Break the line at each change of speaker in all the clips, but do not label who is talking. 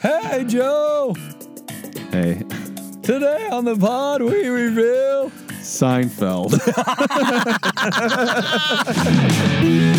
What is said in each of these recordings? Hey, Joe.
Hey,
Today on the pod, we reveal.
Seinfeld.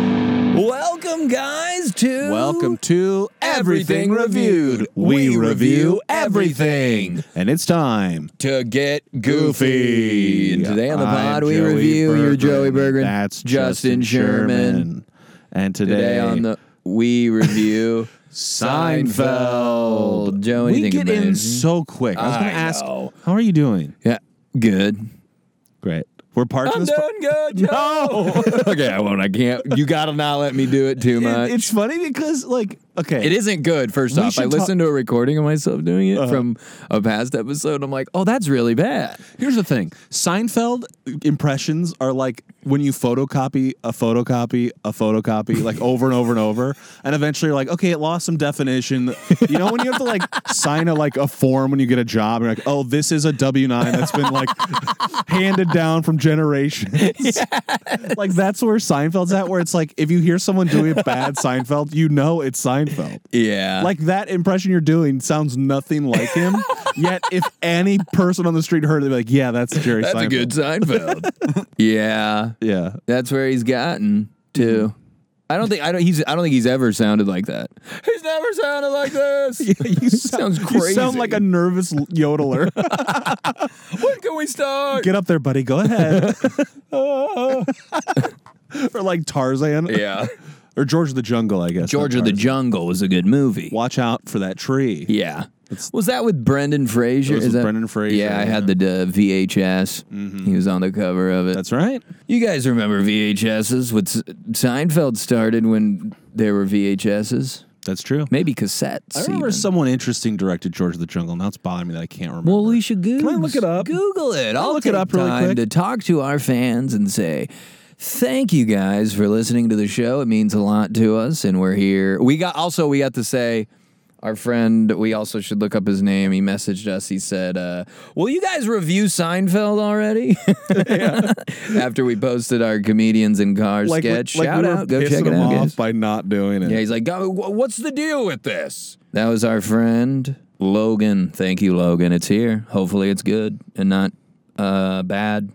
Welcome, guys, to.
Welcome to
Everything Reviewed.
We review everything. And it's time.
To Get Goofy. And Today on the pod, we review your Joey Berger.
That's Justin Sherman. And today,
Today on the. We review
Seinfeld.
Joe, anything
we get
about
in
it?
so quick. I was
I
going to ask,
know.
how are you doing?
Yeah, good.
Great. We're parked in
I'm
this. po-
doing good, Joe.
No.
okay, I won't. I can't. You gotta not let me do it too much.
It- it's funny because, like, okay.
It isn't good. First
We
off, I
should talk- Uh-huh.
listened to a recording of myself doing it from a past episode. I'm like, oh, that's really bad.
Here's the thing Seinfeld impressions are like when you photocopy a photocopy, a photocopy, like over and over and over. And eventually you're like, okay, it lost some definition. You know, when you have to like sign a like a form when you get a job, and you're like, oh, this is a W 9 that's been like handed down from generations. Like that's where Seinfeld's at, where it's like if you hear someone doing a bad Seinfeld, you know it's Seinfeld.
Yeah,
Like that impression you're doing sounds nothing like him. yet, if any person on the street heard it, they'd be like, "Yeah, that's Jerry
that's
Seinfeld."
a good Seinfeld. yeah,
yeah,
that's where he's gotten to.
Mm-hmm.
I don't think I don't. He's I don't think he's ever sounded like that. He's never sounded like this.
you
sounds
You sound
crazy.
like a nervous l- yodeler.
when can we start?
Get up there, buddy. Go ahead. or like Tarzan,
yeah,
or George of the Jungle, I guess.
George
not
of the
Tarzan.
Jungle was a good movie.
Watch out for that tree.
Yeah. was that with Brendan Fraser?
It was
Is
with
that-
Brendan Fraser,
Yeah, I had
yeah. Mm-hmm.
the uh, VHS. He was on the cover of it.
That's right.
You guys remember VHSs? What S- Seinfeld started when there were VHSs,
That's true.
maybe cassettes.
I remember
even.
someone interesting directed George of the Jungle. Now it's bothering me that I can't remember.
Well, we should Goobs.
I look it up?
Google it. I'll
look it
take
up really
time
quick?
to talk to our fans and say. Thank you guys for listening to the show. It means a lot to us, and we're here. We got also we got to say, our friend. We also should look up his name. He messaged us. He said, uh, "Will you guys review Seinfeld already?" After we posted our comedians in car sketch,
like
shout
we were
out, go
pissing
check it
him
out,
off
guys.
by not doing it.
Yeah, he's like, "God, wh- what's the deal with this? That was our friend Logan. Thank you, Logan. It's here. Hopefully, it's good and not uh, bad.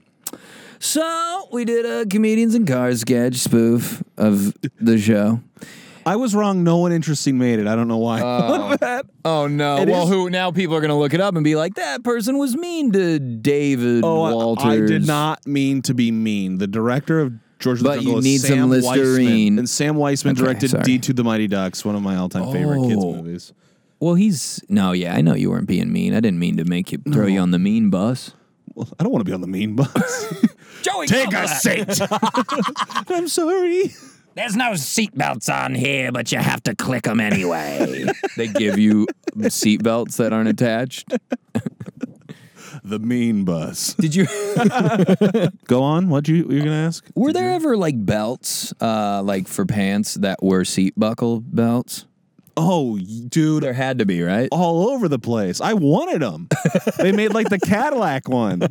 So we did a comedians and cars sketch spoof of the show.
I was wrong. No one interesting made it. I don't know why.
Um, Oh no! well,
is-
who now? People are gonna look it up and be like, "That person was mean to David
Oh, I-
Walters."
I did not mean to be mean. The director of George of
But
the
you
Jungle is
need some
Sam
Listerine.
Weissman, and Sam Weissman
Okay,
directed
sorry.
D to the Mighty Ducks, one of my all-time favorite kids
Oh.
movies.
Well, he's no. Yeah, I know you weren't being mean. I didn't mean to make you throw you on the mean bus.
Well, I don't want to be on the mean bus.
Joey,
seat. I'm sorry.
There's no seatbelts on here, but you have to click them anyway. they give you seatbelts that aren't attached.
The mean bus.
Did you?
Go on. What you you're gonna ask?
were there ever like belts, uh, like for pants that were seat buckle belts?
Oh, dude.
There had to be, right?
all over the place. I wanted them. they made like the Cadillac one,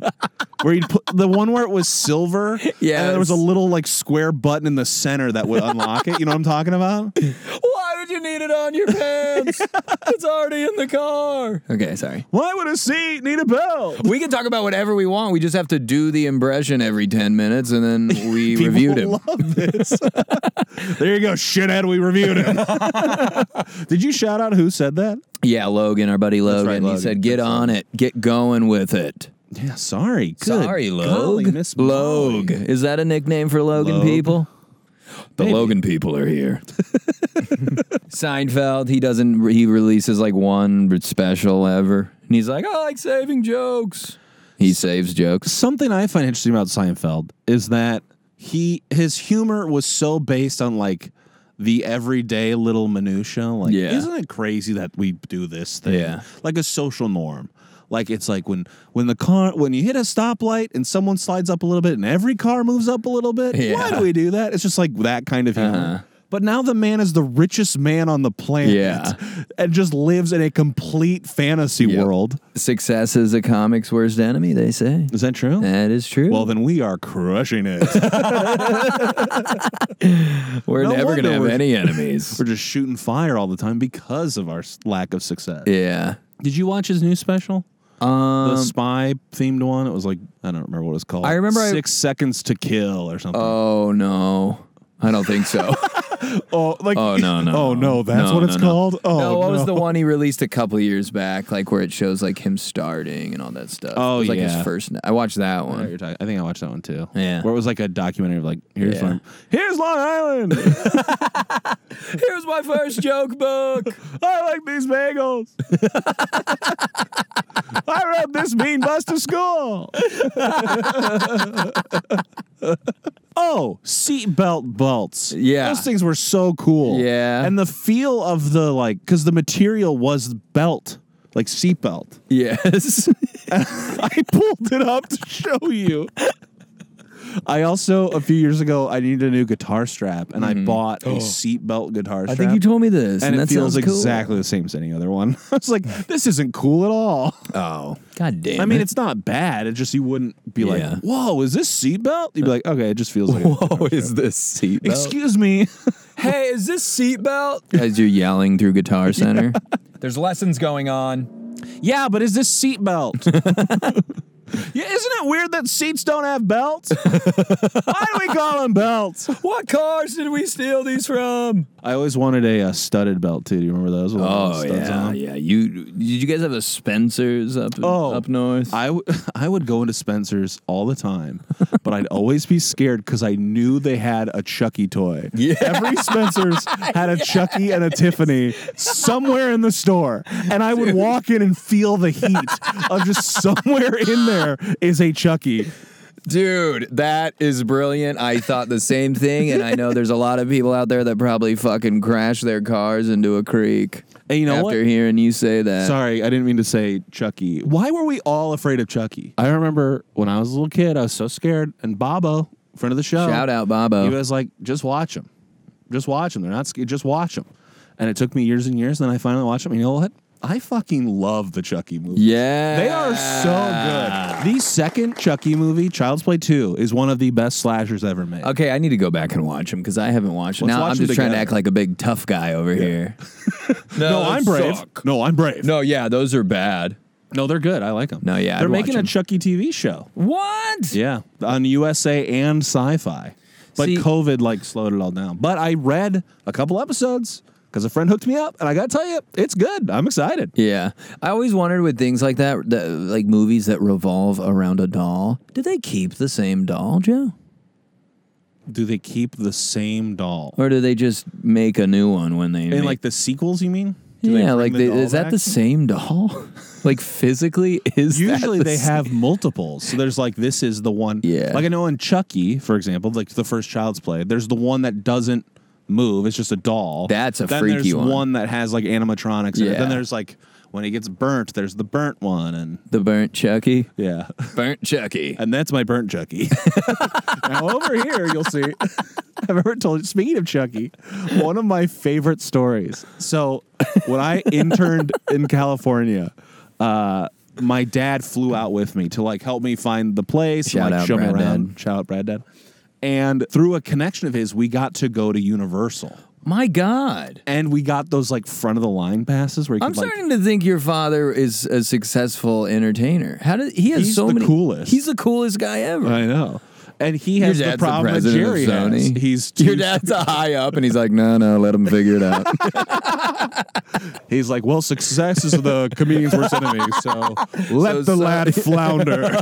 where you put the one where it was silver. Yeah, and then there was a
Yes.
little like square button in the center that would unlock it. You know what I'm talking about?
Why would you need it on your pants? it's already in the car. Okay, sorry.
Why would a seat need a belt?
We can talk about whatever we want. We just have to do the impression every ten minutes, and then we
People
reviewed him.
Love this. there you go, shithead. We reviewed him. Did you shout out who said that?
Yeah, Logan, our buddy Logan.
right,
He
Logan.
said, "Get
That's
on it. Get going with it."
Yeah, sorry. Good
Sorry,
golly,
Logue.
Miss
Logue.
Molly.
Is that a nickname for Logan
Logue?
people? The
Maybe.
Logan people are here. Seinfeld, he doesn't, he releases like one special ever. And he's like, I like saving jokes. He saves jokes.
something I find interesting about Seinfeld is that he his humor was so based on like the everyday little minutia. Like,
Yeah.
isn't it crazy that we do this thing?
Yeah.
like a social norm. Like it's like when when the car when you hit a stoplight and someone slides up a little bit and every car moves up a little bit.
Yeah.
Why do we do that? It's just like that kind of humor.
Uh-huh.
But now the man is the richest man on the planet
Yeah.
and just lives in a complete fantasy
Yep.
world.
Success is a comic's worst enemy, they say.
Is that true?
That is true.
Well, then we are crushing it.
we're
no
never going
wonder
to have
we're-
any enemies.
We're just shooting fire all the time because of our s- lack of success.
yeah.
Did you watch his new special?
Um,
the spy themed one. It was like I don't remember what it was called.
I remember I-
Six Seconds to Kill or something.
oh, no. I don't think so.
oh, like
oh, no, no, no.
oh no, that's
No,
what it's
no, no.
called. Oh
no, what
no.
was the one he released a couple years back, like where it shows like him starting and all that stuff?
Oh,
it was, like his
yeah.
first. I watched that
I, know what
one.
you're talking- I think I watched that one too.
Yeah.
where it was like a documentary of like here's
Yeah.
Long, here's Long Island.
Here's my first joke book.
I like these bagels. I rode this mean bus to school. oh, seatbelt belts.
Yeah.
Those things were so cool.
Yeah.
And the feel of the like, because the material was belt, like seatbelt.
Yes.
I pulled it up to show you. I also a few years ago I needed a new guitar strap and I bought a seatbelt guitar strap
Mm-hmm. I think you told me this, and,
and,
that
it feels
sounds cool.
exactly the same as any other one. I was like, this isn't cool at all.
Oh, god damn!
I mean,
it.
it's not bad. It just you wouldn't be
Yeah.
like, whoa, is this seatbelt? You'd be like, okay, it just feels like. a-
Whoa, is this seatbelt?
Excuse me.
hey, is this seatbelt? As you're yelling through Guitar Center, there's lessons going on.
yeah, but is this seatbelt? yeah, isn't it weird that seats don't have belts? Why do we call them belts?
What cars did we steal these from?
I always wanted a, uh studded belt too. Do you remember those? with all the
Oh
studs
yeah,
on 'em?
yeah. You did you guys have a Spencer's up
Oh.
up north?
I, w- I would go into Spencer's all the time, but I'd always be scared because I knew they had a Chucky toy.
Yeah.
Every Spencer's had a Chucky and a Tiffany somewhere in the store. And I would walk in and feel the heat of just somewhere in there is a E. Chucky.
Dude, that is brilliant. I thought the same thing, and I know there's a lot of people out there that probably fucking crash their cars into a creek.
And you know
after
what?
hearing you say that,
Sorry, I didn't mean to say Chucky. Why were we all afraid of E? Chucky? I remember when I was a little kid, I was so scared. And Bobo, friend of the show,
shout out
He
Bobo.
was like, just watch them. Just watch them. They're not scared. Just watch them. And it took me years and years. And then I finally watched them. And you know what? I fucking love the Chucky movie.
Yeah,
They are so good. The second Chucky movie, Child's Play 2, is one of the best slashers ever made.
Okay, I need to go back and watch them because I haven't watched them.
Let's
Now
watch
I'm
them
just trying to
together.
act like a big tough guy over here.
No, I'm brave. No, I'm brave. No.
No, yeah, those are bad.
they're good. I like them.
No, yeah,
They're
I'd watch
making a
'em.
Chucky TV show.
What?
Yeah, on USA and Sci-Fi. But
See-
COVID like slowed it all down. But I read a couple episodes because a friend hooked me up, and I gotta tell you, it's good. I'm excited.
Yeah, I always wondered with things like that, that like movies that revolve around a doll. Do they keep the same doll, Joe,
Do they keep the same doll?
or do they just make a new one when they?
In
make-
like the sequels, you mean? Do
yeah,
bring
like
the
they,
doll
is that
back?
the same doll? like physically, is that
Usually
the
they
same-
have multiples. So there's like this is the one.
Yeah.
Like I know in Chucky, for example, like the first Child's Play, there's the one that doesn't move. It's just a doll.
That's a
then
freaky
there's
one.
that has like animatronics. In it.
Yeah.
Then there's like when it gets burnt, there's the burnt one, and
the burnt Chucky,
yeah.
burnt Chucky.
And that's my burnt Chucky. now over here, you'll see. I've ever told you. Speaking of Chucky, one of my favorite stories. So when I interned in California, uh, my dad flew out with me to like help me find the place,
Shout
and, like
out
show me
Brad
around.
Dad.
Shout out Brad Dad. And through a connection of his, we got to go to Universal,
My God.
and we got those like front of the line passes where you
I'm
could like
starting to think your father is a successful entertainer. How did he has
He's
so
the
many?
coolest. Uh,
He's the coolest guy ever.
I know. And he has the
dad's
problem that
president of
Jerry has.
Sony.
He's too
your dad's a high up, and he's like, no, no, let him figure it out.
He's like, well, success is the comedian's worst enemy, so let
So
the
sorry.
lad flounder.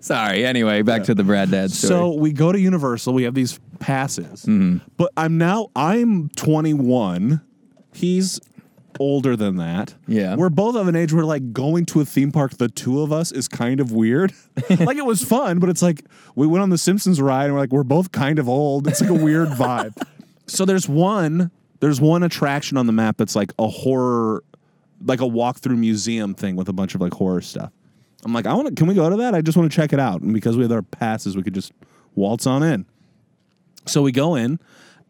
Sorry. Anyway, back to the Brad Dad story.
so we go to Universal. We have these passes, but I'm now I'm 21. He's older than that.
Yeah.
we're both of an age where like going to a theme park, the two of us is kind of weird. like it was fun, but it's like we went on the Simpsons ride and we're like we're both kind of old. It's like a weird vibe. So there's one there's one attraction on the map that's like a horror like a walkthrough museum thing with a bunch of like horror stuff. I'm like, I want to. Can we go to that? I just want to check it out. And because we had our passes, we could just waltz on in. So we go in,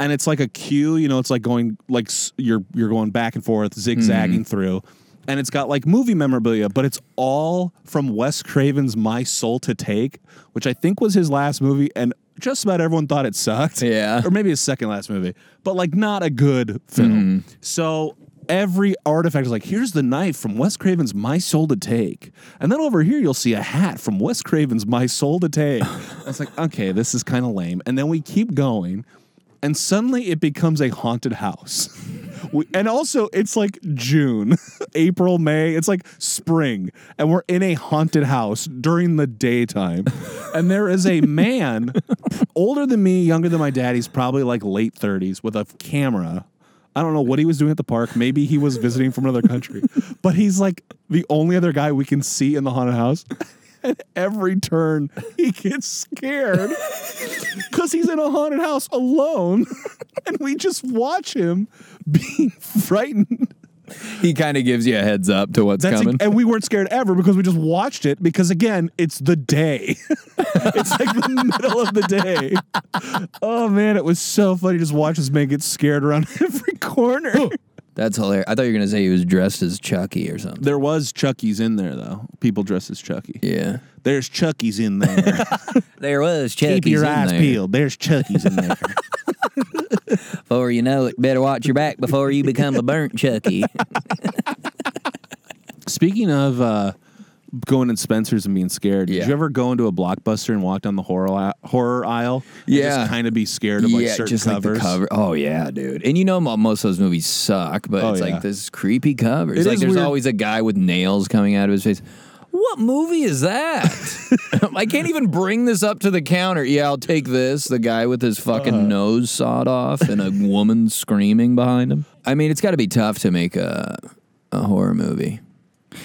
and it's like a queue. You know, it's like going like s- you're you're going back and forth, zigzagging through, and it's got like movie memorabilia, but it's all from Wes Craven's My Soul to Take, which I think was his last movie, and just about everyone thought it sucked.
Yeah.
or maybe his second last movie, but like not a good film. So. Every artifact is like, here's the knife from Wes Craven's My Soul to Take. And then over here, you'll see a hat from Wes Craven's My Soul to Take. I was like, okay, this is kind of lame. And then we keep going and suddenly it becomes a haunted house. We, and also, it's like June, April, May. It's like spring, and we're in a haunted house during the daytime. And there is a man, older than me, younger than my dad. He's probably like late thirties, with a camera. I don't know what he was doing at the park. Maybe he was visiting from another country. But he's like the only other guy we can see in the haunted house. And every turn, he gets scared because he's in a haunted house alone, and we just watch him being frightened.
He kind of gives you a heads up to what's
That's
coming.
and we weren't scared ever because we just watched it. Because again, it's the day. it's like the middle of the day. Oh man, it was so funny. Just watch this man get scared around every corner.
That's hilarious. I thought you were gonna say he was dressed as Chucky or something.
there was Chucky's in there though. People dressed as Chucky.
Yeah,
There's Chucky's in there.
there was Chucky.
Keep your eyes peeled. There's Chucky's in there.
Before you know it, better watch your back before you become a burnt Chucky.
Speaking of uh, going in Spencer's and being scared,
Yeah.
did you ever go into a blockbuster and walk down the horror aisle- horror aisle? and
Yeah.
just kind of be scared of like certain covers.
like the cover. Oh yeah, dude. And you know mo- most of those movies suck, but
Oh,
it's
yeah.
like this creepy cover. It's
It
like
is
there's
weird.
always a guy with nails coming out of his face. What movie is that? I can't even bring this up to the counter. Yeah, I'll take this. The guy with his fucking
Uh.
nose sawed off and a woman screaming behind him. I mean, it's got to be tough to make a a horror movie.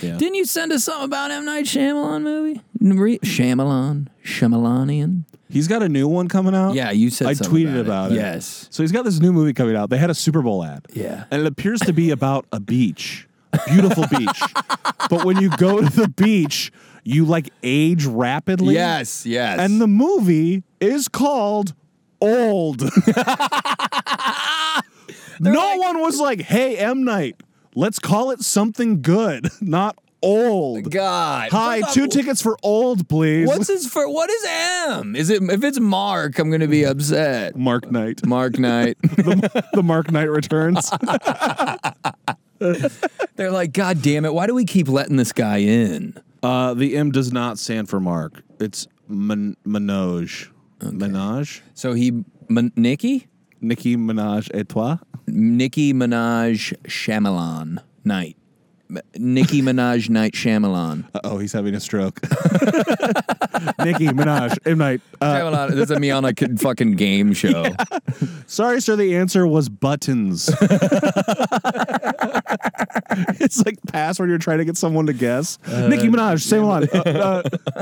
Yeah.
Didn't you send us something about M Night Shyamalan movie? Re- Shyamalan, Shyamalanian.
He's got a new one coming out.
Yeah, you said
I
something
tweeted about it.
Yes.
So he's got this new movie coming out. They had a Super Bowl ad.
Yeah.
And it appears to be about a beach, a beautiful beach. But when you go to the beach, you like age rapidly.
Yes, yes.
And the movie is called Old. no one was like, hey, M. Night, let's call it something good, not old.
God.
Hi,
First off,
two tickets for old, please.
What's his for? What is M? Is it if it's Mark? I'm gonna be upset.
Mark Knight?
Mark Knight.
the, the Mark Knight returns.
They're like, God damn it! Why do we keep letting this guy in?
uh, the M does not stand for Mark. It's Min- Minoj. Minaj?
So he, M- Nicki,
Nicki Minaj et toi?
Nicki Minaj, Shyamalan Knight, M- Nicki Minaj Knight Shyamalan.
oh, he's having a stroke. Nicki Minaj, M. Night. Uh,
Shyamalan. This is me on a kid- fucking game show.
Sorry, sir. The answer was buttons. it's like password you're trying to get someone to guess. Nicki Minaj, same one.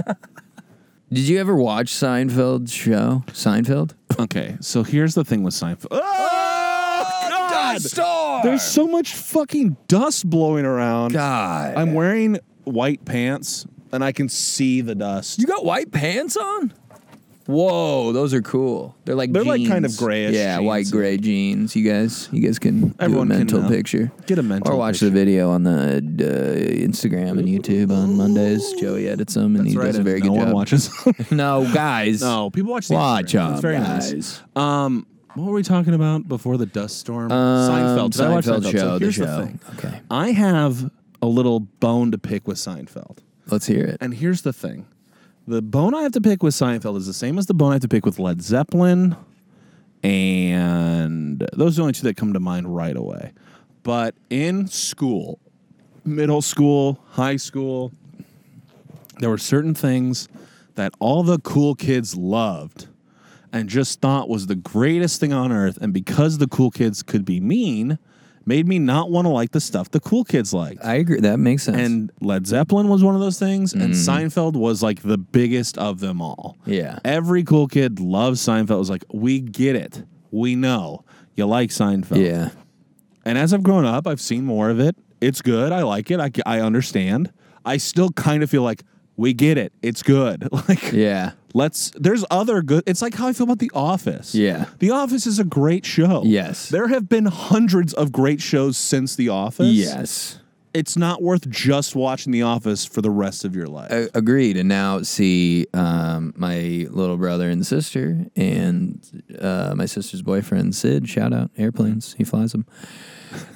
Uh,
Did you ever watch Seinfeld's show? Seinfeld.
uh, okay, so here's the thing with Seinfeld. Oh, God!
star.
There's so much fucking dust blowing around.
God.
I'm wearing white pants, and I can see the dust.
You got white pants on? Whoa, those are cool. They're like
They're, like,
jeans.
kind of grayish
Yeah,
jeans.
white gray jeans. You guys, you guys can
Everyone
do
can,
a mental
uh,
picture.
get a mental
or watch the
picture.
video on the uh, Instagram and YouTube on Mondays. Joey edits them and he does a very
no
good
one
job.
watches.
no, guys.
no, people watch. The
Watch
Instagram.
them.
It's very
guys.
nice. Um, what were we talking about before the dust storm? Seinfeld. Oh, Did I watch
Um, Seinfeld
Seinfeld?
show,
so
the
here's
show.
the thing.
Okay.
I have a little bone to pick with Seinfeld,
Let's hear it.
and here's the thing: the bone I have to pick with Seinfeld is the same as the bone I have to pick with Led Zeppelin, and those are the only two that come to mind right away. But in school, middle school, high school, there were certain things that all the cool kids loved and just thought was the greatest thing on earth. And because the cool kids could be mean, made me not want to like the stuff the cool kids liked.
I agree. That makes sense.
And Led Zeppelin was one of those things, and Seinfeld was like the biggest of them all.
Mm-hmm. Yeah.
Every cool kid loves Seinfeld. It was like, we get it. We know. You like Seinfeld.
yeah.
And as I've grown up, I've seen more of it. It's good. I like it. I, I understand. I still kind of feel like we get it. It's good. Like
Yeah.
Let's. There's other good. It's like how I feel about The Office.
Yeah.
The Office is a great show.
Yes.
There have been hundreds of great shows since The Office.
Yes.
It's not worth just watching The Office for the rest of your life.
A- agreed. And now see um, my little brother and sister and uh, my sister's boyfriend, Sid. Shout out airplanes. He flies them.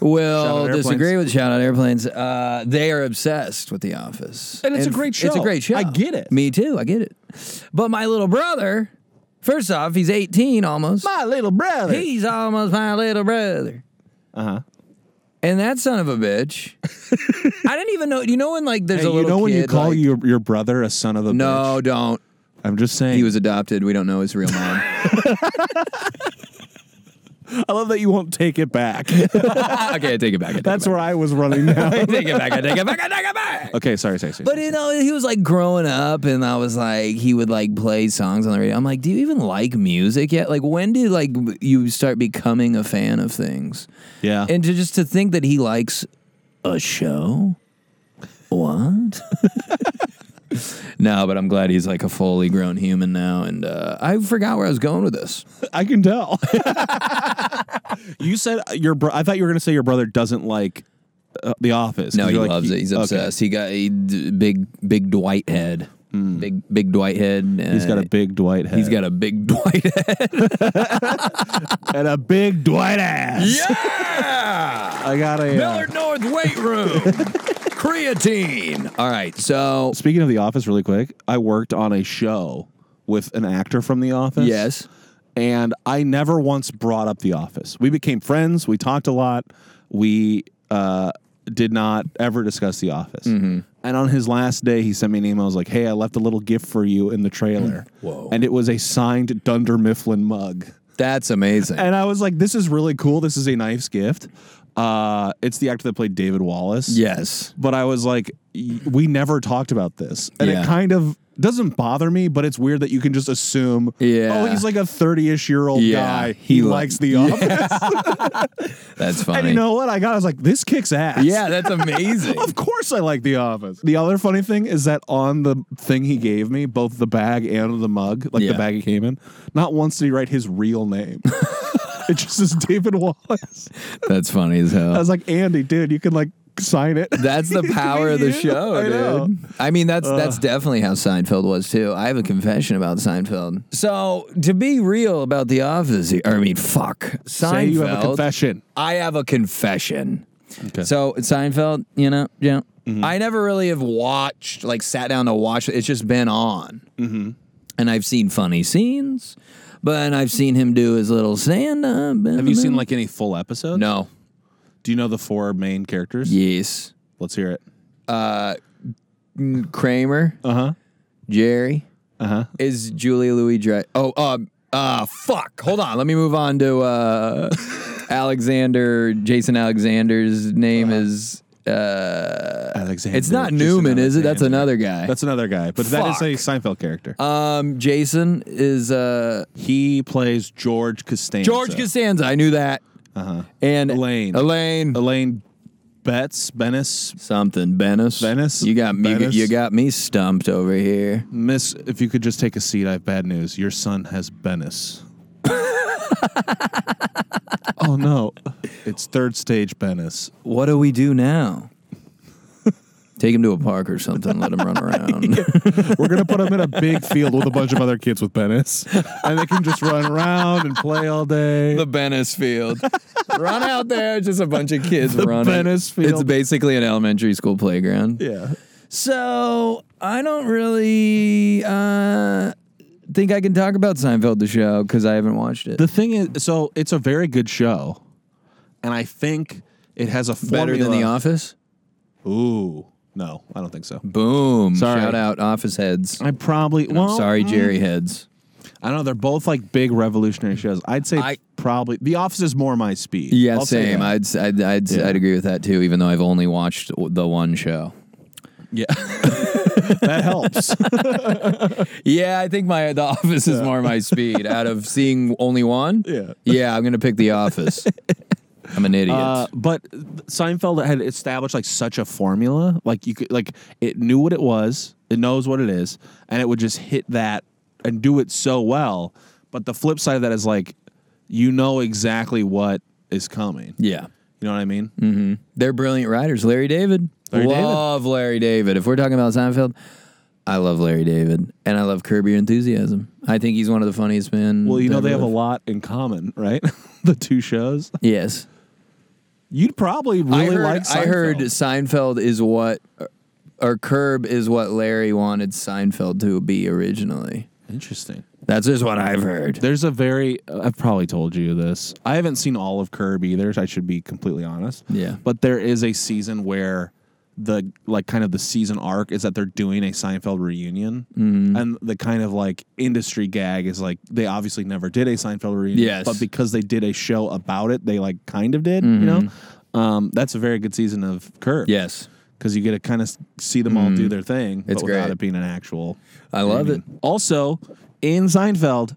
Will
Airplanes.
disagree with shout out airplanes. Uh, they are obsessed with The Office,
And it's a great
It's a
show.
great show.
I get it.
Me too. I get it. But my little brother, first off, he's eighteen almost.
My little brother.
He's almost my little brother.
Uh huh.
And that son of a bitch. I didn't even know. You know when like there's
Hey,
a
you
little
know when you
kid,
call
like-
your your brother a son of a bitch?
No, don't.
I'm just saying.
He was adopted. We don't know his real mom.
I love that you won't take it back.
okay, I take it back. I take
That's
it back.
where I was running now.
I take it back. I take it back. I take it back.
okay, sorry, sorry, sorry.
But you know, he was like growing up, and I was like, he would like play songs on the radio. I'm like, do you even like music yet? Like, when did like you start becoming a fan of things?
yeah.
And to just to think that he likes a show, what? no, but I'm glad he's like a fully grown human now. And uh, I forgot where I was going with this.
I can tell. you said your bro- I thought you were going to say your brother doesn't like uh, The Office. 'cause
No, he
you're like-
loves it. He's
okay.
obsessed. He got a d- big, big Dwight head. Big, big Dwight head.
Mm.
Uh,
He's got a big Dwight head.
Eh. He's got a big Dwight head.
and a big Dwight ass.
Yeah.
I got a. uh,
North weight room. Creatine. All right. So
speaking of The Office, really quick, I worked on a show with an actor from The Office.
yes.
and I never once brought up The Office. We became friends. We talked a lot. We uh, did not ever discuss The Office.
Mm-hmm.
And on his last day, he sent me an email. I was like, "Hey, I left a little gift for you in the trailer."
Whoa.
And it was a signed Dunder Mifflin mug.
That's amazing.
And I was like, "This is really cool. This is a nice gift." Uh, it's the actor that played David Wallace.
yes.
But I was like, y- "We never talked about this," and
Yeah.
it kind of. Doesn't bother me, but it's weird that you can just assume.
Yeah.
Oh, he's like a thirty-ish year old
Yeah,
guy.
he
He,
li-
likes The Office.
That's
And
funny.
you know what? I got. I was like, this kicks ass.
yeah, that's amazing.
Of course, I like The Office. The other funny thing is that on the thing he gave me, both the bag and the mug, like
Yeah.
the bag he came in, not once did he write his real name. it just says David Wallace.
that's funny as
I
hell.
was like, Andy, dude, you can like sign it.
That's the power of the
You,
show,
I know.
dude. I mean, that's that's definitely how Seinfeld was too. I have a confession about Seinfeld. So to be real about The Office, here- or I mean, fuck Seinfeld.
Say you have a confession.
I have a confession.
Okay. Mm-hmm.
So Seinfeld, you know, you know, I never really have watched, like, sat down to watch. it. It's just been on, mm-hmm. and I've seen funny scenes, but and I've seen him do his little stand up.
Have you seen like any full episodes?
No.
Do you know the four main characters?
Yes.
Let's hear it.
Kramer.
Uh huh.
Jerry.
Uh huh.
is Julia Louis Drey. Oh, um, uh, fuck. Hold on. Let me move on to uh, Alexander. Jason Alexander's name is. Uh,
Alexander.
it's not
Uh-huh. Jason
Newman, is it? That's
Alexander.
another guy.
That's another guy, but that is a Seinfeld character.
um, Jason is uh,
he plays George Costanza.
George Costanza. I knew that.
Uh-huh.
And
Elaine.
Elaine.
Elaine Betts, Bennis,
Something. Bennis.
Bennis?
You got me.
Bennis?
You got me stumped over here.
Miss. If you could just take a seat, I have bad news. Your son has Bennis. oh no, it's third stage Bennis.
What do we do now? Take him to a park or something. Let him run around.
We're gonna put him in a big field with a bunch of other kids with Bennis, and they can just run around and play all day.
the Bennis Field. Run out there, it's just a bunch of kids running.
Bennis Field.
It's basically an elementary school playground.
yeah.
So I don't really uh, think I can talk about Seinfeld the show because I haven't watched it.
The thing is, so it's a very good show, and I think it has a formula.
Better than The Office.
Ooh, no, I don't think so.
Boom!
Sorry.
Shout out Office heads.
I probably. Well, mm,
Sorry, Jerry heads.
I don't know. They're both like big revolutionary shows. I'd say
I-
probably The Office is more my speed.
Yeah,
I'll say
same.
that.
I'd I'd I'd, I'd agree with that too. Even though I've only watched the one show.
yeah, that helps.
Yeah, I think my The Office is more my speed. Out of seeing only one,
Yeah.
yeah, I'm gonna pick The Office. I'm an idiot.
Uh, but Seinfeld had established like such a formula. Like you could like it knew what it was. It knows what it is, and it would just hit that and do it so well. But the flip side of that is like, you know exactly what is coming.
Yeah.
You know what I mean?
Mm, They're brilliant writers. Larry David.
Larry David.
love Larry David. If we're talking about Seinfeld, I love Larry David. And I love Curb Your Enthusiasm. I think he's one of the funniest men.
Well, you know they have a
lot.
lot in common, right? the two shows.
Yes.
You'd probably really
I heard,
like. Seinfeld.
I heard Seinfeld is what, or Curb is what Larry wanted Seinfeld to be originally.
Interesting.
That's just what I've heard.
There's a very. I've probably told you this. I haven't seen all of Curb either. I should be completely honest.
Yeah.
But there is a season where the like kind of the season arc is that they're doing a Seinfeld reunion,
Mm-hmm.
and the kind of like industry gag is like they obviously never did a Seinfeld reunion.
Yes.
But because they did a show about it, they like kind of did.
Mm-hmm.
You know. Um, that's a very good season of Curb.
Yes.
because you get to kind of see them all do their thing,
Mm. It's
but without
great.
it being an actual.
I love it.
Also, in Seinfeld,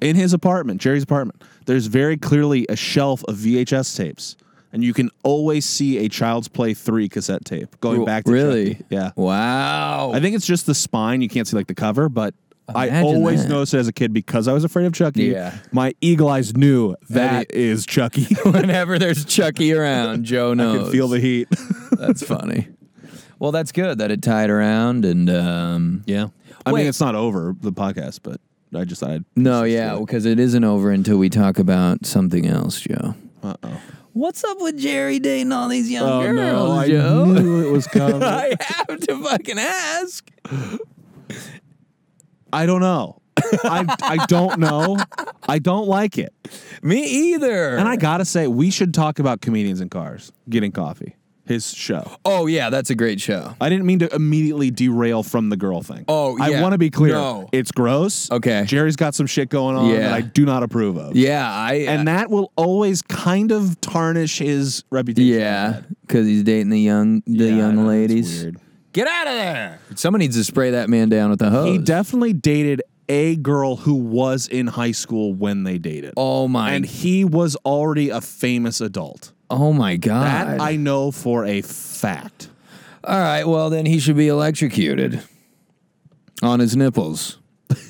in his apartment, Jerry's apartment, there's very clearly a shelf of VHS tapes, and you can always see a Child's Play three cassette tape going back. to
really?
Chucky. yeah.
Wow.
I think it's just the spine; you can't see like the cover, but. I
Imagine
always
that.
noticed it as a kid because I was afraid of Chucky.
Yeah.
My eagle eyes knew that
That
is Chucky.
Whenever there's Chucky around, Joe
I
knows.
can feel the heat.
That's funny. Well, that's good that it tied around and um,
Yeah. I
Wait.
mean, it's not over the podcast, but I just thought I'd.
no, yeah, because it isn't over until we talk about something else, Joe.
Uh oh.
What's up with Jerry dating all these young
Oh,
girls,
no. I
Joe?
knew it was coming.
I have to fucking ask.
I don't know. I, I don't know. I don't like it.
Me either.
And I gotta say, we should talk about comedians in cars getting coffee. His show.
oh yeah, that's a great show.
I didn't mean to immediately derail from the girl thing.
Oh,
I
yeah.
want to be clear.
No.
It's gross.
Okay.
Jerry's got some shit going on that
Yeah.
I do not approve of.
Yeah, I uh,
And that will always kind of tarnish his reputation.
yeah, because he's dating the young the
Yeah, I
young
know, it's
ladies.
weird.
Get out of there! Someone needs to spray that man down with a hose.
He definitely dated a girl who was in high school when they dated.
oh my!
and he was already a famous adult.
oh my God!
That I know for a fact.
All right, well then he should be electrocuted on his nipples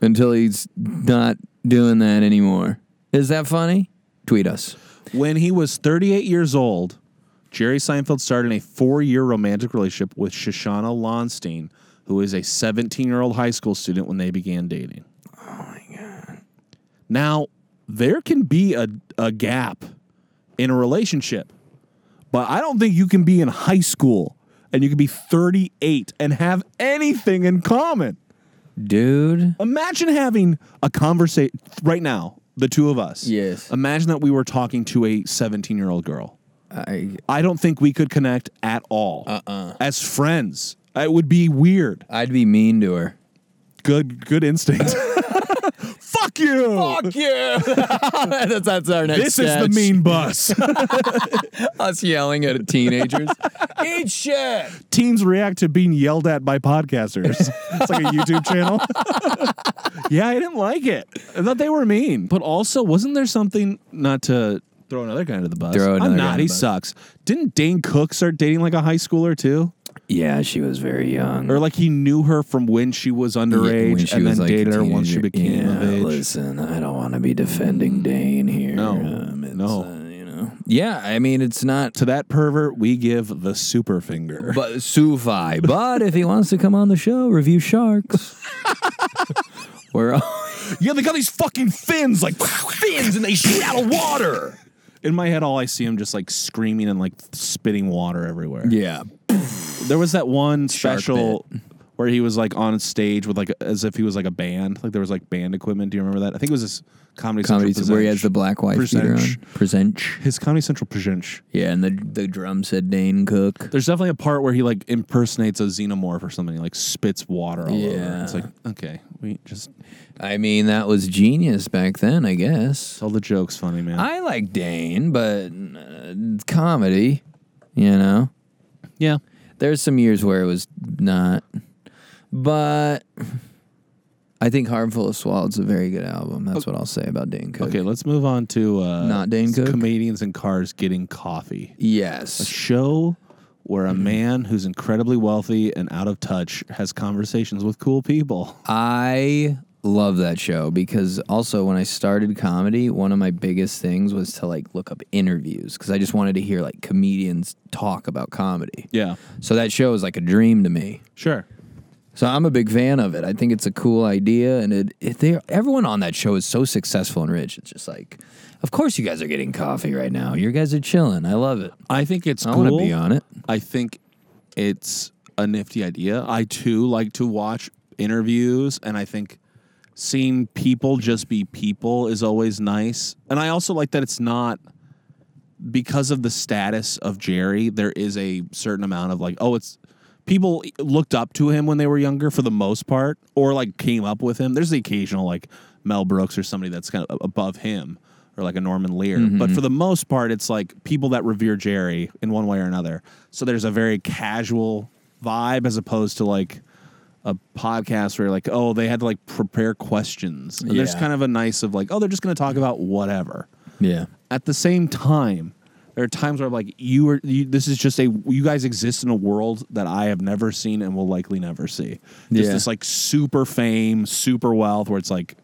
until he's not doing that anymore. Is that funny? Tweet us.
When he was 38 years old, Jerry Seinfeld started a four year romantic relationship with Shoshana Lonstein, who is a 17 year old high school student when they began dating. Oh my God. Now, there can be a, a gap in a relationship, but I don't think you can be in high school and you can be 38 and have anything in common.
Dude.
Imagine having a conversation right now, the two of us.
Yes.
Imagine that we were talking to a 17 year old girl.
I
I don't think we could connect at all. Uh uh
Uh-uh.
As friends, it would be weird.
I'd be mean to her.
Good, good instinct. Fuck you.
Fuck you! that's, that's our next
This is the mean bus.
Us yelling at teenagers. Eat shit!
Teens react to being yelled at by podcasters. It's like a YouTube channel. yeah, I didn't like it. I thought they were mean. But also, wasn't there something not to throw another guy under the bus?
Throw another
I'm
guy
not.
under
He
the bus.
sucks. Didn't Dane Cook start dating like a high schooler too,
Yeah, she was very young.
or like he knew her from when she was underage
when she
and
was,
then
like, a
dated her once she
teenager.
became
yeah,
of age?
Listen, I don't want to be defending Dane here.
No.
it's,
No.
uh, you know. Mm. Yeah, I mean, it's not
To that pervert, we give the super finger.
but Sufi. But if he wants to come on the show, review sharks. We're all
yeah, they got these fucking fins, like
fins and they shoot out of water.
in my head. All I see him just like screaming and like spitting water everywhere.
Yeah.
There was that one
Shark
special where he was like on stage with like as if he was like a band. Like there was like band equipment. Do you remember that? I think it was this comedy
Comedy
Central
where he
present-
has the black wife beater on.
Present.
Present.
his Comedy Central present.
Yeah, and the the drum said Dane Cook.
There's definitely a part where he like impersonates a xenomorph or something. He like spits water all over.
Yeah.
It's like okay, we just
I mean, that was genius back then, I guess.
tell the jokes funny, man.
I like Dane, but uh, it's comedy, you know.
yeah,
There's some years where it was not, but I think "Harmful of Swallow's" a very good album. That's what I'll say about Dane Cook.
Okay, let's move on to uh,
Not Dane Cook?
comedians and cars getting coffee.
Yes.
Show where a man who's incredibly wealthy and out of touch has conversations with cool people.
I love that show because also when I started comedy, one of my biggest things was to like look up interviews because I just wanted to hear like comedians talk about comedy.
Yeah,
So that show is like a dream to me.
sure.
So I'm a big fan of it. I think it's a cool idea, and it, it they everyone on that show is so successful and rich. It's just like, of course you guys are getting coffee right now. You guys are chilling. I love it.
I think it's
I
cool.
want to be on it.
I think it's a nifty idea. I too like to watch interviews, and I think seeing people just be people is always nice. And I also like that it's not because of the status of Jerry, there is a certain amount of like, oh, it's people looked up to him when they were younger for the most part, or like came up with him. There's the occasional like Mel Brooks or somebody that's kind of above him, or like a Norman Lear. But for the most part, it's like people that revere Jerry in one way or another. So there's a very casual vibe as opposed to like a podcast where like, oh, they had to like prepare questions. And There's
Yeah.
kind of a nice of like, oh, they're just going to talk about whatever
Yeah.
at the same time there are times where i'm like you are you, this is just a you guys exist in a world that i have never seen and will likely never see just
Yeah.
this like super fame super wealth where it's like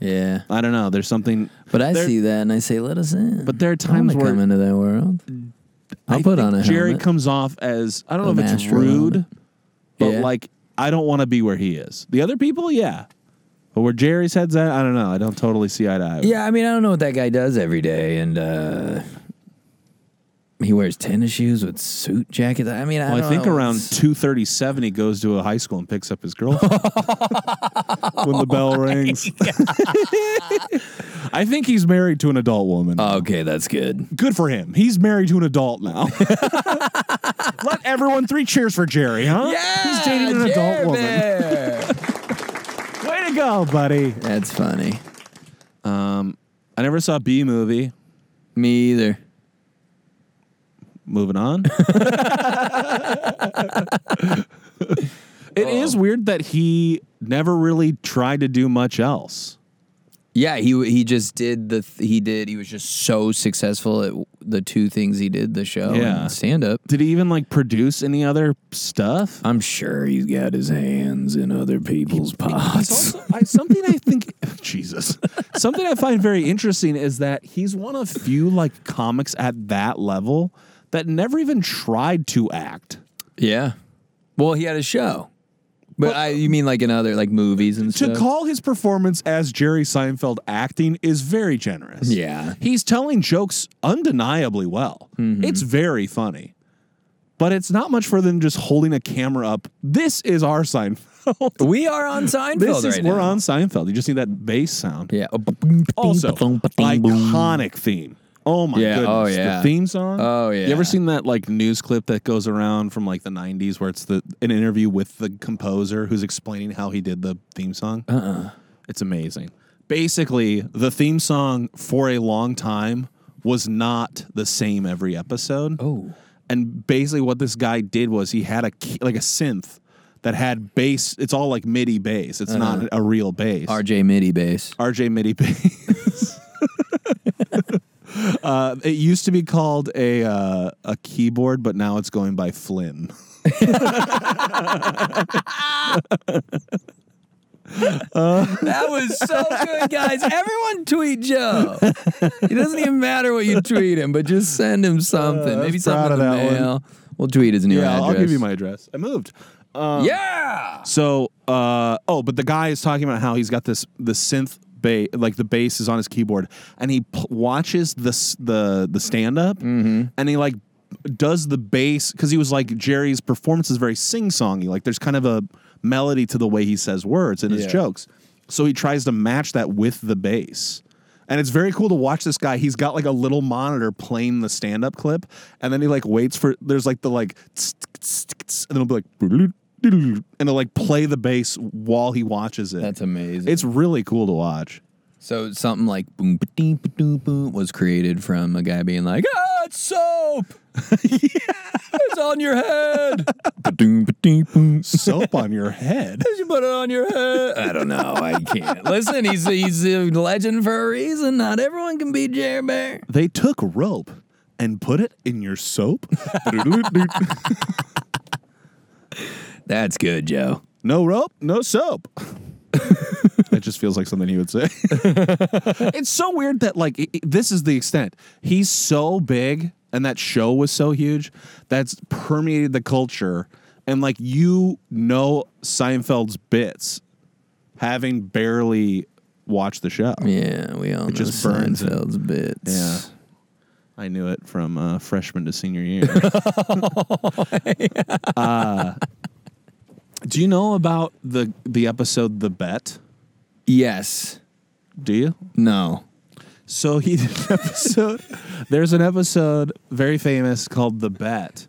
Yeah.
i don't know there's something
But I
There-
see that and I say, let us in.
But there are
I wanna
times where-
come into that world. I'll
I
put
think
on a
jerry
helmet.
comes off as i don't know
An
if it's
astronaut.
rude but
Yeah.
like i don't want to be where he is the other people yeah but where jerry's head's at i don't know i don't totally see eye to eye
yeah, I mean, I don't know what that guy does every day, and uh, he wears tennis shoes with suit jackets. I mean, I,
Well, I
don't
think
know.
around
It's-
two thirty seven, he goes to a high school and picks up his girlfriend when the bell rings. I think he's married to an adult woman.
Okay, that's good.
Good for him. He's married to an adult now. Let everyone three cheers for Jerry, huh? he's dating an adult woman.
woman.
Way to go, buddy.
that's funny.
I never saw B movie.
Me either.
Moving on. It is weird that he never really tried to do much else.
Yeah, he w- he just did the th- he did he was just so successful at w- the two things he did the show
Yeah.
and stand up.
Did he even like produce any other stuff?
I'm sure he's got his hands in other people's pots.
I, something I think, Oh, Jesus, something I find very interesting is that he's one of few like comics at that level that never even tried to act.
yeah. Well, he had a show. But I, you mean like in other like movies and
To
stuff?
call his performance as Jerry Seinfeld acting is very generous.
Yeah.
He's telling jokes undeniably well. It's very funny. But it's not much further than just holding a camera up. This is our Seinfeld.
we are on Seinfeld
This is
right
we're
now.
on Seinfeld. You just need that bass sound.
yeah.
Also, iconic theme. Oh my
Yeah,
goodness!
oh yeah.
The theme song.
Oh,
You
yeah.
ever seen that like news clip that goes around from like the '90s where it's the an interview with the composer who's explaining how he did the theme song? Uh-uh. It's amazing. Basically, the theme song for a long time was not the same every episode.
Oh.
And basically, what this guy did was he had a key, like a synth that had bass. It's all like MIDI bass. It's
Uh-huh.
not a real bass.
RJ MIDI bass.
RJ MIDI bass. uh, it used to be called a uh, a keyboard, but now it's going by Flynn.
That was so good, guys. Everyone tweet Joe. It doesn't even matter what you tweet him, but just send him something.
Uh, I was
Maybe
proud
something in
of
the
that one.
mail. We'll tweet his new
Yeah,
address.
I'll give you my address. I moved.
yeah.
So, uh, oh, but the guy is talking about how he's got this the synth bass, like the bass is on his keyboard, and he p- watches the s- the the stand up,
Mm-hmm.
and he like does the bass because he was like Jerry's performance is very sing songy. Like there's kind of a melody to the way he says words in his
Yeah.
jokes, so he tries to match that with the bass. And it's very cool to watch this guy. He's got like a little monitor playing the stand up clip, and then he like waits for there's like the like, tss, tss, tss, and it'll be like, "Boodaloot, doodaloot," and it'll like play the bass while he watches it.
That's amazing.
it's really cool to watch.
so something like boom ba ding ba doom boom was created from a guy being like, ah, it's soap. It's on your head. Ba-doom, ba-ding, boom.
Soap on your head.
Did you put it on your head? I don't know. I can't. Listen, he's he's a legend for a reason. Not everyone can be Jerry Bear.
They took rope and put it in your soap.
That's good, Joe.
no rope, no soap. it just feels like something he would say. it's so weird that like it- it- this is the extent. He's so big and that show was so huge that's permeated the culture and like you know Seinfeld's bits having barely watched the show.
Yeah, we all know
just burns it.
Seinfeld's bits.
Yeah. I knew it from uh, freshman to senior year. Uh, do you know about the the episode The Bet?
Yes.
Do you?
No.
So he did an episode. There's an episode very famous called The Bet.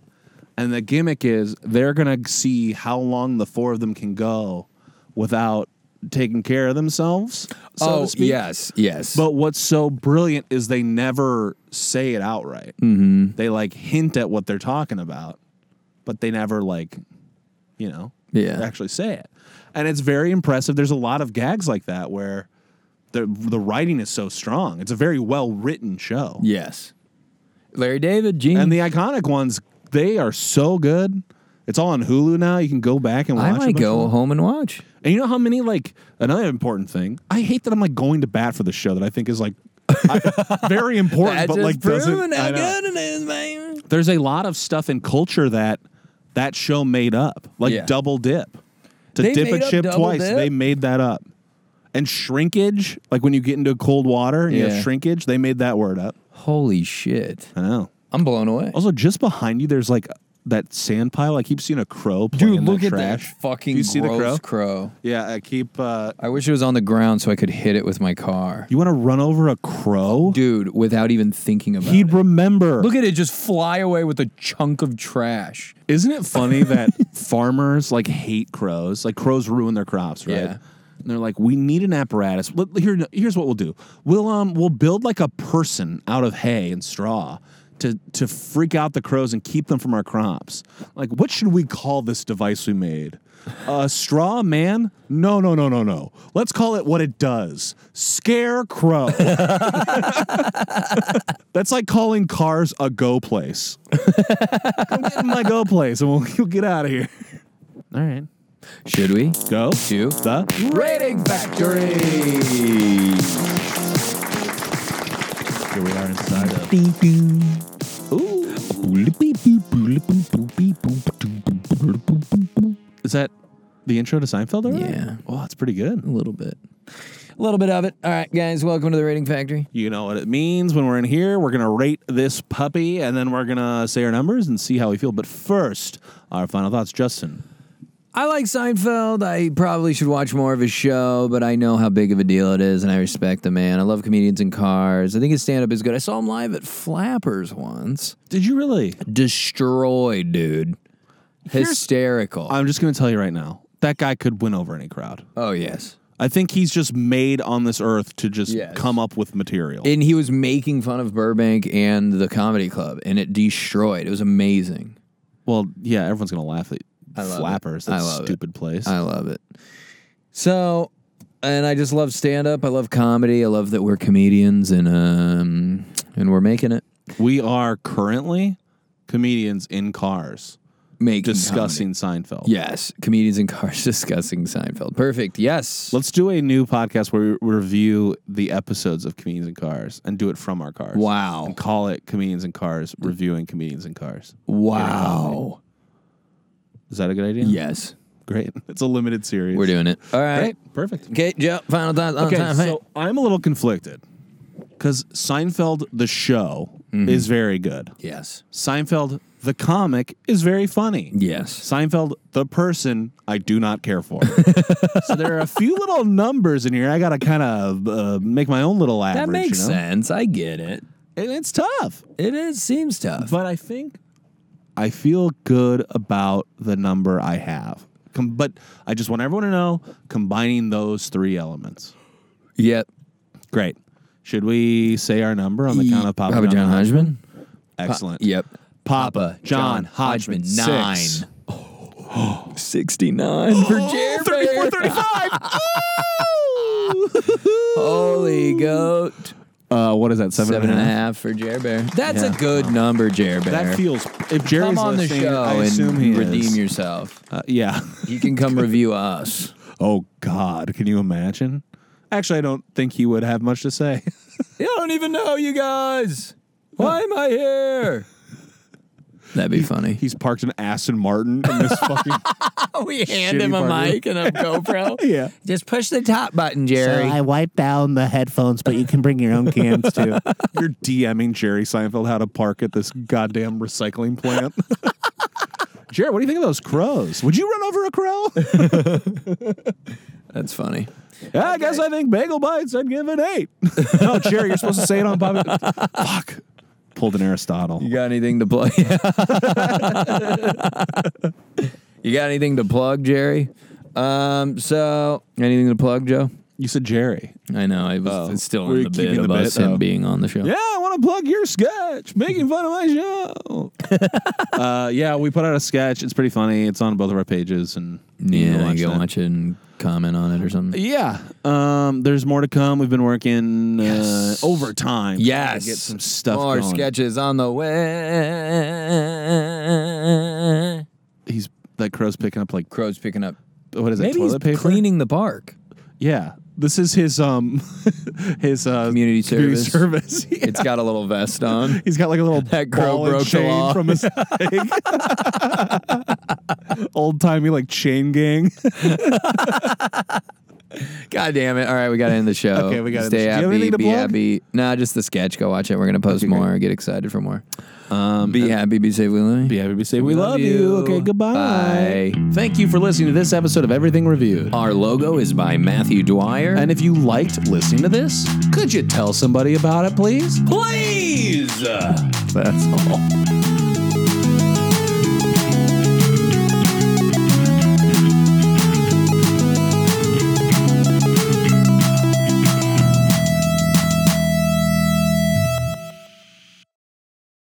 And the gimmick is they're going to see how long the four of them can go without taking care of themselves. So
oh,
to speak.
yes, yes.
But what's so brilliant is they never say it outright. Mm-hmm. They like hint at what they're talking about, but they never like, you know,
Yeah.
actually say it. And it's very impressive. There's a lot of gags like that where the the writing is so strong. It's a very well written show,
yes. Larry David, Gene.
and the iconic ones they are so good. It's all on Hulu now. You can go back and watch.
I
a
might
bunch of
go
them.
home and watch.
And you know how many like another important thing. I hate that I'm like going to bat for the show that I think is like I- very important,
That
but
just
like doesn't.
proven how
I know.
good it is, man.
There's a lot of stuff in culture that that show made up, like
Yeah.
double dip. To
They
dip
made
a
up
chip
double
twice,
dip?
they made that up. And shrinkage, like when you get into cold water and you
Yeah.
have shrinkage, they made that word up.
Holy shit.
I know.
I'm blown away.
Also, just behind you, there's like that sand pile. I keep seeing a crow. playing
Dude, look
that
at
trash.
that fucking
Do you see the
gross
crow?
crow.
Yeah, I keep. Uh,
I wish it was on the ground so I could hit it with my car.
you want to run over a crow?
Dude, without even thinking about
He'd
it.
remember.
Look at it just fly away with a chunk of trash.
Isn't it funny that farmers like hate crows? Like crows ruin their crops, right?
Yeah.
And they're like, we need an apparatus. Let- Here, here's what we'll do. We'll um, we'll build like a person out of hay and straw to to freak out the crows and keep them from our crops. Like, what should we call this device we made? A straw man? No, no, no, no, no. Let's call it what it does: scarecrow. That's like calling cars a go place. Come get in my go place and we'll, you'll get out of here. All right.
Should we?
Go
Do.
the
Rating Factory.
Here we are inside of. Ooh. Is that the intro to Seinfeld already?
Yeah.
Well, that's pretty
A
good.
little bit. A little bit of it. All right, guys, welcome to the Rating Factory.
You know what it means when we're in here. We're going to rate this puppy and then we're going to say our numbers and see how we feel. But first, our final thoughts, Justin.
I like Seinfeld. I probably should watch more of his show, but I know how big of a deal it is, and I respect the man. I love comedians in cars. I think his stand up is good. I saw him live at Flappers once.
Did you really?
Destroyed, dude. Hysterical.
I'm just going to tell you right now that guy could win over any crowd.
oh, yes.
I think he's just made on this earth to just
Yes.
come up with material.
And he was making fun of Burbank and the comedy club, and it destroyed. It was amazing.
well, yeah, everyone's gonna laugh at
I love it.
Flappers.
I
That
love it. Uh,
stupid place.
I love it. So, and I just love stand up. I love comedy. I love that we're comedians and um and we're making it.
we are currently comedians in cars
Making comedy.
discussing Seinfeld.
Yes, comedians in cars discussing Seinfeld. Perfect. Yes.
Let's do a new podcast where we review the episodes of Comedians in Cars and do it from our cars.
Wow.
And call it Comedians in Cars reviewing Comedians in Cars.
Wow.
Is that a good idea?
Yes.
Great. It's a limited series.
We're doing it. All right.
Great. Perfect.
Okay, Joe, final thoughts on
Okay,
time.
so I'm a little conflicted because Seinfeld, the show,
Mm-hmm.
is very good.
yes.
Seinfeld, the comic, is very funny.
Yes.
Seinfeld, the person, I do not care for. so there are a few little numbers in here. I got to kind of uh, make my own little average.
That makes
you know?
sense. I get it.
And it's tough,
It is seems tough.
but I think I feel good about the number I have. Com- but I just want everyone to know combining those three elements.
Yep.
Great. Should we say our number on the count of Papa, John,
Hodgman.
Hodgman? Excellent.
Yep.
Papa John, Hodgman,
nine.
six.
69 for
Oh,
Jeremy.
34, 35.
Holy goat.
Uh, what is that? Seven,
Seven and a half for Jer Bear. That's
Yeah.
a good number, Jer Bear.
That feels. If Jerry's
come on the
listening,
show
I assume
and
he
redeem
is.
yourself.
Uh, yeah.
You can come review us.
Oh God, can you imagine? Actually, I don't think he would have much to say.
You don't even know you guys. Why am I here? That'd be funny.
He's parked an Aston Martin in this fucking.
we hand
Shitty
Oh, him a
party.
mic and a GoPro.
Yeah.
Just push the top button, Jerry.
So I wipe down the headphones, but you can bring your own cans too.
You're DMing Jerry Seinfeld how to park at this goddamn recycling plant. Jerry, what do you think of those crows? Would you run over a crow?
That's funny.
yeah, I guess I think bagel bites. I'd give it eight. no, Jerry, you're supposed to say it on Bobby. Fuck. Pulled an Aristotle.
You got anything to plug? you got anything to plug, Jerry? Um, so anything to plug, Joe?
You said Jerry.
I know I was
Oh.
it's still
Were
in
you
the bit
keeping
of
the
us
bit?
him
Oh.
being on the show.
Yeah, I want to plug your sketch, making fun of my show. uh, yeah, we put out a sketch. It's pretty funny. It's on both of our pages, and you can
yeah. you go
that.
watch it and comment on it or something.
Yeah, um, there's more to come. We've been working
Yes.
uh, overtime. to
Yes,
get some stuff.
More
going.
sketches on the way.
He's that crow's picking up like
Crow's picking up.
what is it?
Maybe he's
Toilet paper.
cleaning the park.
Yeah, this is his um his uh,
Community
service. Yeah.
It's got a little vest on.
He's got like a little
That crow
ball and
broke the
chain
law.
from his old timey like chain gang.
God damn it. All right, we got to end the show.
Okay, we gotta end
Stay
the show. Do you
happy,
have anything to
be
plug?
happy. Nah, just the sketch. Go watch it. We're going to post more. Get excited for more.
Um,
Be happy, be safe, we love you.
Be happy to say we, love, you. Okay, goodbye.
Bye.
Thank you for listening to this episode of Everything Reviewed.
Our logo is by Matthew Dwyer.
And if you liked listening to this, could you tell somebody about it, please?
please.
That's all.